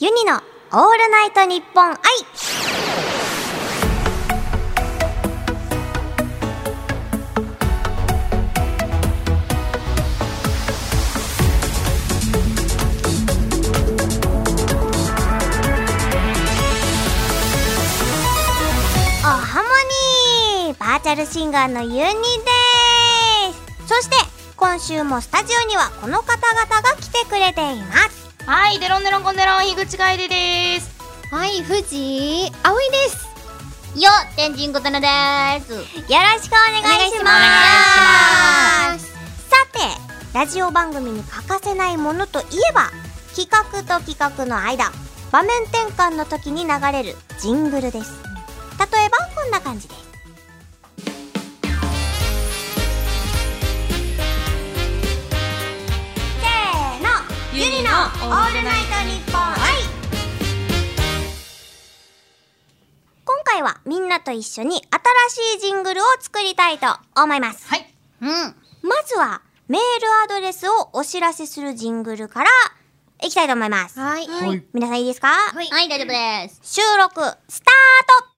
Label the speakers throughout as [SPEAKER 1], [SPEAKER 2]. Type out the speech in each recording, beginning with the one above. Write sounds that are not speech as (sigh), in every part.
[SPEAKER 1] ユニのオールナイトニッポン愛おハモニーバーチャルシンガーのユニですそして今週もスタジオにはこの方々が来てくれています
[SPEAKER 2] はい、デロンデロンコンデロン、樋口楓です。
[SPEAKER 3] はい、藤井葵です。よ、天神ことなです。
[SPEAKER 1] よろしくお願いします
[SPEAKER 3] お願いします
[SPEAKER 1] さてラジオ番組に欠かせないものといえば企画と企画の間場面転換の時に流れるジングルです例えばこんな感じですせーの
[SPEAKER 2] ゆりの
[SPEAKER 1] オールナイトニッポンはい今回はみんなと一緒に新しいジングルを作りたいと思います
[SPEAKER 2] はい。
[SPEAKER 3] うん。
[SPEAKER 1] まずはメールアドレスをお知らせするジングルからいきたいと思います
[SPEAKER 3] はい。はい。
[SPEAKER 1] 皆さんいいですか、
[SPEAKER 3] はい、大丈夫です。
[SPEAKER 1] (laughs) 収録スタート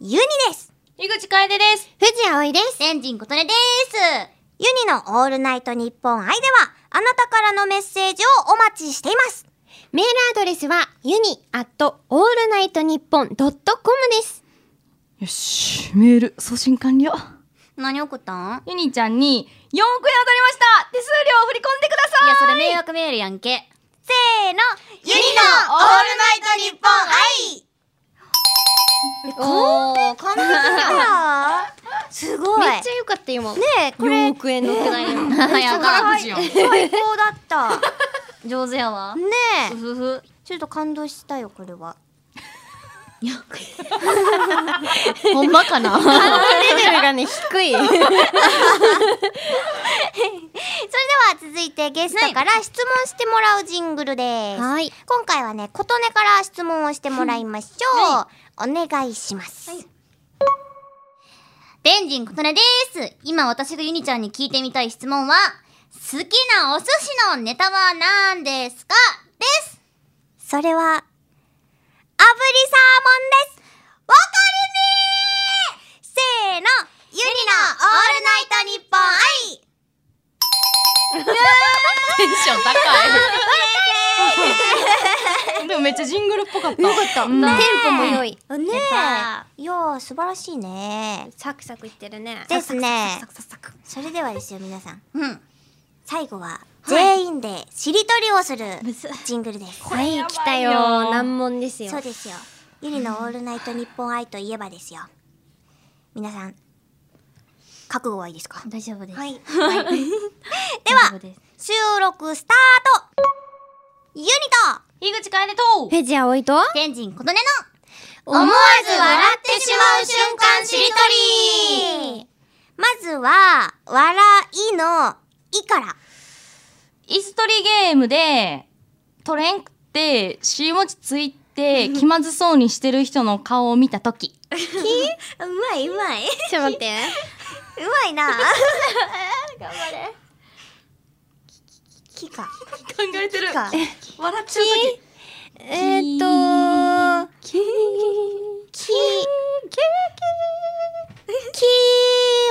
[SPEAKER 1] ユニです
[SPEAKER 2] 樋口楓です。
[SPEAKER 3] 藤井葵です。天神ことなです。
[SPEAKER 1] ユニのオールナイトニッポン愛ではあなたからのメッセージをお待ちしています
[SPEAKER 3] メールアドレスは、ユニアットオールナイトニッポンドットコムです。
[SPEAKER 4] よし、メール送信完了。
[SPEAKER 3] 何送ったん
[SPEAKER 2] ユニちゃんに4億円当たりました手数料を振り込んでください
[SPEAKER 3] いや、それ迷惑メールやんけ。
[SPEAKER 1] せーのユニのー
[SPEAKER 2] オ
[SPEAKER 1] ルナイトニッポン愛
[SPEAKER 3] おー、完璧 (laughs)
[SPEAKER 1] すごい
[SPEAKER 3] めっちゃ良かった、今。ね
[SPEAKER 1] ねえこれ
[SPEAKER 4] 4億円の手代。
[SPEAKER 3] (laughs) 早か
[SPEAKER 2] や
[SPEAKER 1] 最高だった
[SPEAKER 3] 上手やわ。
[SPEAKER 1] ねえ
[SPEAKER 2] ふふ。
[SPEAKER 1] ちょっと感動したよこれは
[SPEAKER 4] ほんまかな
[SPEAKER 3] レベルがね、低 (laughs) い。
[SPEAKER 1] それでは続いてゲストから質問してもらうジングルです、
[SPEAKER 3] はい。
[SPEAKER 1] 今回はね琴音から質問をしてもらいましょう、お願いします、
[SPEAKER 3] 天神ことなです。今私がユニちゃんに聞いてみたい質問は、好きなお寿司のネタは何ですかです。
[SPEAKER 1] それは炙りサーモンですわかりみーせーのユニのオールナイトニッポン愛
[SPEAKER 4] テンション高い。
[SPEAKER 2] (laughs)
[SPEAKER 4] でもめっちゃジングルっぽかった。よかった。うん、
[SPEAKER 3] テンポも良い。
[SPEAKER 1] ね
[SPEAKER 3] やった
[SPEAKER 1] えいやー素晴らしいね
[SPEAKER 3] サクサクいってるね
[SPEAKER 1] ですね
[SPEAKER 3] サクサクサクサク
[SPEAKER 1] それではですよ皆さん
[SPEAKER 3] うん。
[SPEAKER 1] 最後は全員でしりとりをするジングルです、
[SPEAKER 3] はい、来たよ。難問ですよ
[SPEAKER 1] そう。ですよゆりの「オールナイトニッポン愛」といえばですよ皆さん覚悟はいいですか
[SPEAKER 3] 大丈夫です。
[SPEAKER 1] (laughs) はい
[SPEAKER 3] では、
[SPEAKER 1] 収録スタートユニと
[SPEAKER 2] 樋口楓と
[SPEAKER 3] ペジアいと天神琴音の
[SPEAKER 1] 思わず笑ってしまう瞬間しりとりまずは「笑い」の「い」から
[SPEAKER 2] 椅子取りゲームで、取れんくて、尻餅つい (laughs) て、気まずそうにしてる人の顔を見たとき。
[SPEAKER 1] うまいうまい
[SPEAKER 3] ちょっと待って。
[SPEAKER 1] うまいな頑張れききか
[SPEAKER 2] 考えてる
[SPEAKER 1] きか
[SPEAKER 2] 笑っちゃうと
[SPEAKER 3] えーっと、
[SPEAKER 1] き
[SPEAKER 3] 木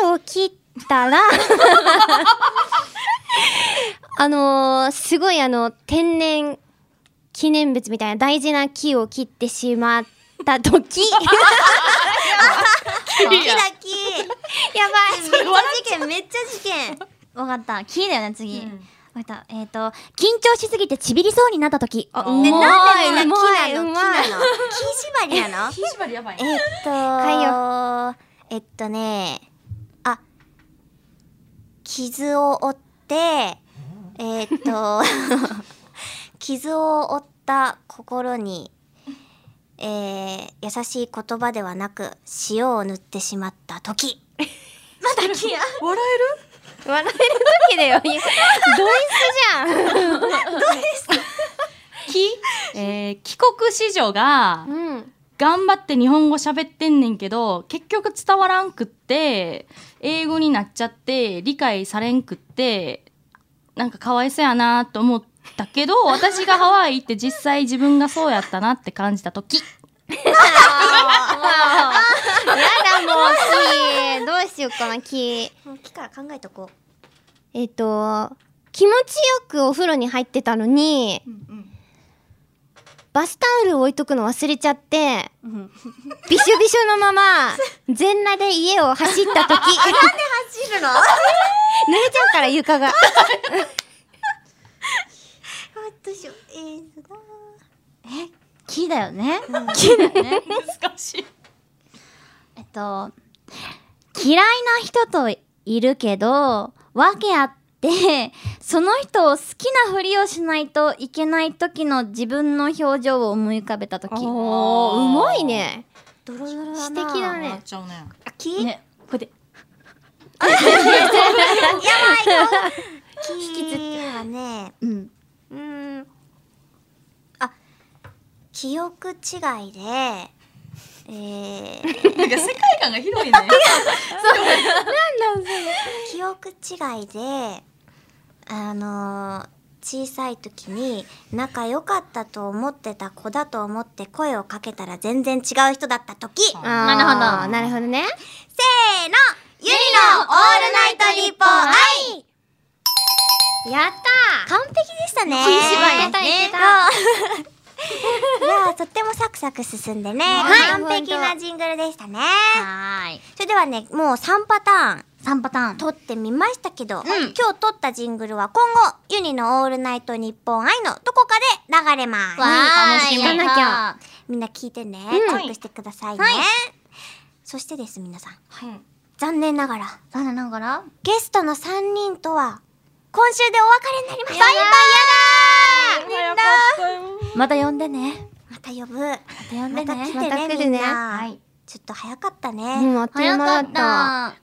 [SPEAKER 3] を切ったら、 (laughs) あのー、すごいあの、天然記念物みたいな大事な木を切ってしまった時。
[SPEAKER 1] きだき
[SPEAKER 3] やばい。
[SPEAKER 1] めっちゃ事件めっちゃ事件
[SPEAKER 3] わかった。木だよね、次。
[SPEAKER 2] うん
[SPEAKER 3] わかった。えっ、と、緊張しすぎてちびりそうになったとき。
[SPEAKER 2] う
[SPEAKER 1] ね
[SPEAKER 2] まい
[SPEAKER 1] なんでみんな木な
[SPEAKER 3] う
[SPEAKER 1] の木
[SPEAKER 3] まい
[SPEAKER 1] なの木縛りなの
[SPEAKER 2] き。縛りやばい
[SPEAKER 1] えっとえっとねあ傷を負ってえっと (laughs) 傷を負った心にえー、優しい言葉ではなく塩を塗ってしまった時
[SPEAKER 2] 笑
[SPEAKER 3] 笑えるときだよ。ドイツじ
[SPEAKER 2] えるえー、帰国子女が
[SPEAKER 3] ゃん。、うん。
[SPEAKER 2] 頑張って日本語喋ってんねんけど結局伝わらんくって英語になっちゃって理解されんくってなんかかわいそうやなと思ってだけど私がハワイ行って実際自分がそうやったなって感じた時
[SPEAKER 5] やだもう、キー。どうしようかな、キー。
[SPEAKER 1] もう木から考えとこう
[SPEAKER 5] えっ、と、気持ちよくお風呂に入ってたのに、バスタオル置いとくの忘れちゃって、びしょびしょのまま、全裸で家を走った時。なんで走るの濡れちゃうから床が。
[SPEAKER 1] あどうしようえーとな
[SPEAKER 3] 木だよね。
[SPEAKER 2] 難しい
[SPEAKER 3] えっと、嫌いな人といるけど、訳あって、その人を好きなふりをしないといけない時の自分の表情を思い浮かべた時。
[SPEAKER 5] おー、うまいね。
[SPEAKER 1] ドロドロだ
[SPEAKER 5] 詩
[SPEAKER 1] な
[SPEAKER 5] 的だ
[SPEAKER 2] 笑
[SPEAKER 5] ね
[SPEAKER 2] っ。ちゃうね
[SPEAKER 1] あ木、
[SPEAKER 2] ねこれで
[SPEAKER 1] 木はね
[SPEAKER 3] うん。
[SPEAKER 5] うーん。
[SPEAKER 1] 記憶違いでえー、
[SPEAKER 5] (laughs)
[SPEAKER 2] なんか世界観が広いね
[SPEAKER 1] 記憶違いであのー小さい時に仲良かったと思ってた子だと思って声をかけたら全然違う人だった時せーの
[SPEAKER 5] な
[SPEAKER 3] るほど
[SPEAKER 5] なるほどね。
[SPEAKER 1] ゆりのオールナイトニッポン愛
[SPEAKER 5] やった
[SPEAKER 1] 完璧でしたね
[SPEAKER 5] いい芝居やったいけた
[SPEAKER 1] いやーとってもサクサク進んでね、
[SPEAKER 5] はい
[SPEAKER 1] 完璧なジングルでしたね
[SPEAKER 3] はーい。
[SPEAKER 1] それではねもう3パターン
[SPEAKER 3] 3パターン。
[SPEAKER 1] 撮ってみましたけど、
[SPEAKER 3] ん
[SPEAKER 1] 今日撮ったジングルは今後ユニの「オールナイトニッポン愛」のどこかで流れます
[SPEAKER 3] わ
[SPEAKER 5] ーい
[SPEAKER 3] や
[SPEAKER 5] やった
[SPEAKER 1] みんな聞いてね、
[SPEAKER 5] ん
[SPEAKER 1] チェックしてくださいね、そしてです皆さん
[SPEAKER 2] うん
[SPEAKER 1] 残念ながら
[SPEAKER 3] 残念ながら。
[SPEAKER 1] ゲストの3人とは今週でお別れになりましたバイバイやだ
[SPEAKER 3] また呼んでね。
[SPEAKER 1] また呼ぶまた呼
[SPEAKER 3] んでね
[SPEAKER 1] 来てね,、
[SPEAKER 5] また来るね
[SPEAKER 1] みんな、
[SPEAKER 2] はい
[SPEAKER 1] ちょっと早かったね、
[SPEAKER 5] ーうん、あっという
[SPEAKER 3] 早か
[SPEAKER 5] 間
[SPEAKER 3] っ。
[SPEAKER 5] だった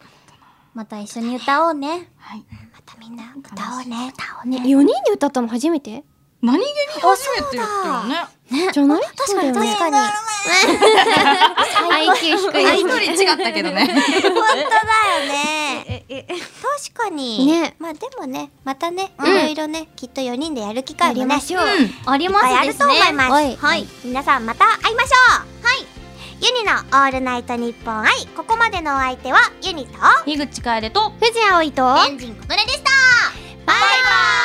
[SPEAKER 3] また一緒に歌おうね。
[SPEAKER 2] はい
[SPEAKER 1] またみんな歌おうね歌おう
[SPEAKER 5] た。ね、4人で歌ったの初めて
[SPEAKER 2] 何気に初めてやったよね
[SPEAKER 5] じゃない確
[SPEAKER 1] 確
[SPEAKER 5] ね。
[SPEAKER 1] かに
[SPEAKER 5] IQ 低い。
[SPEAKER 2] 一人違ったけどね
[SPEAKER 1] (laughs) 本当だよね確かに
[SPEAKER 5] ね
[SPEAKER 1] まあでもねまたねいろいろね、きっと4人でやる機会もね
[SPEAKER 5] ょう。
[SPEAKER 3] あり
[SPEAKER 1] いっぱいあると思います。
[SPEAKER 5] はい
[SPEAKER 1] はい、皆さんまた会いましょう。はい。ユニのオールナイトニッポン愛、ここまでのお相手はユニと
[SPEAKER 2] 樋口楓と
[SPEAKER 5] 藤葵と
[SPEAKER 3] エンジンことねでした。
[SPEAKER 5] バイバイ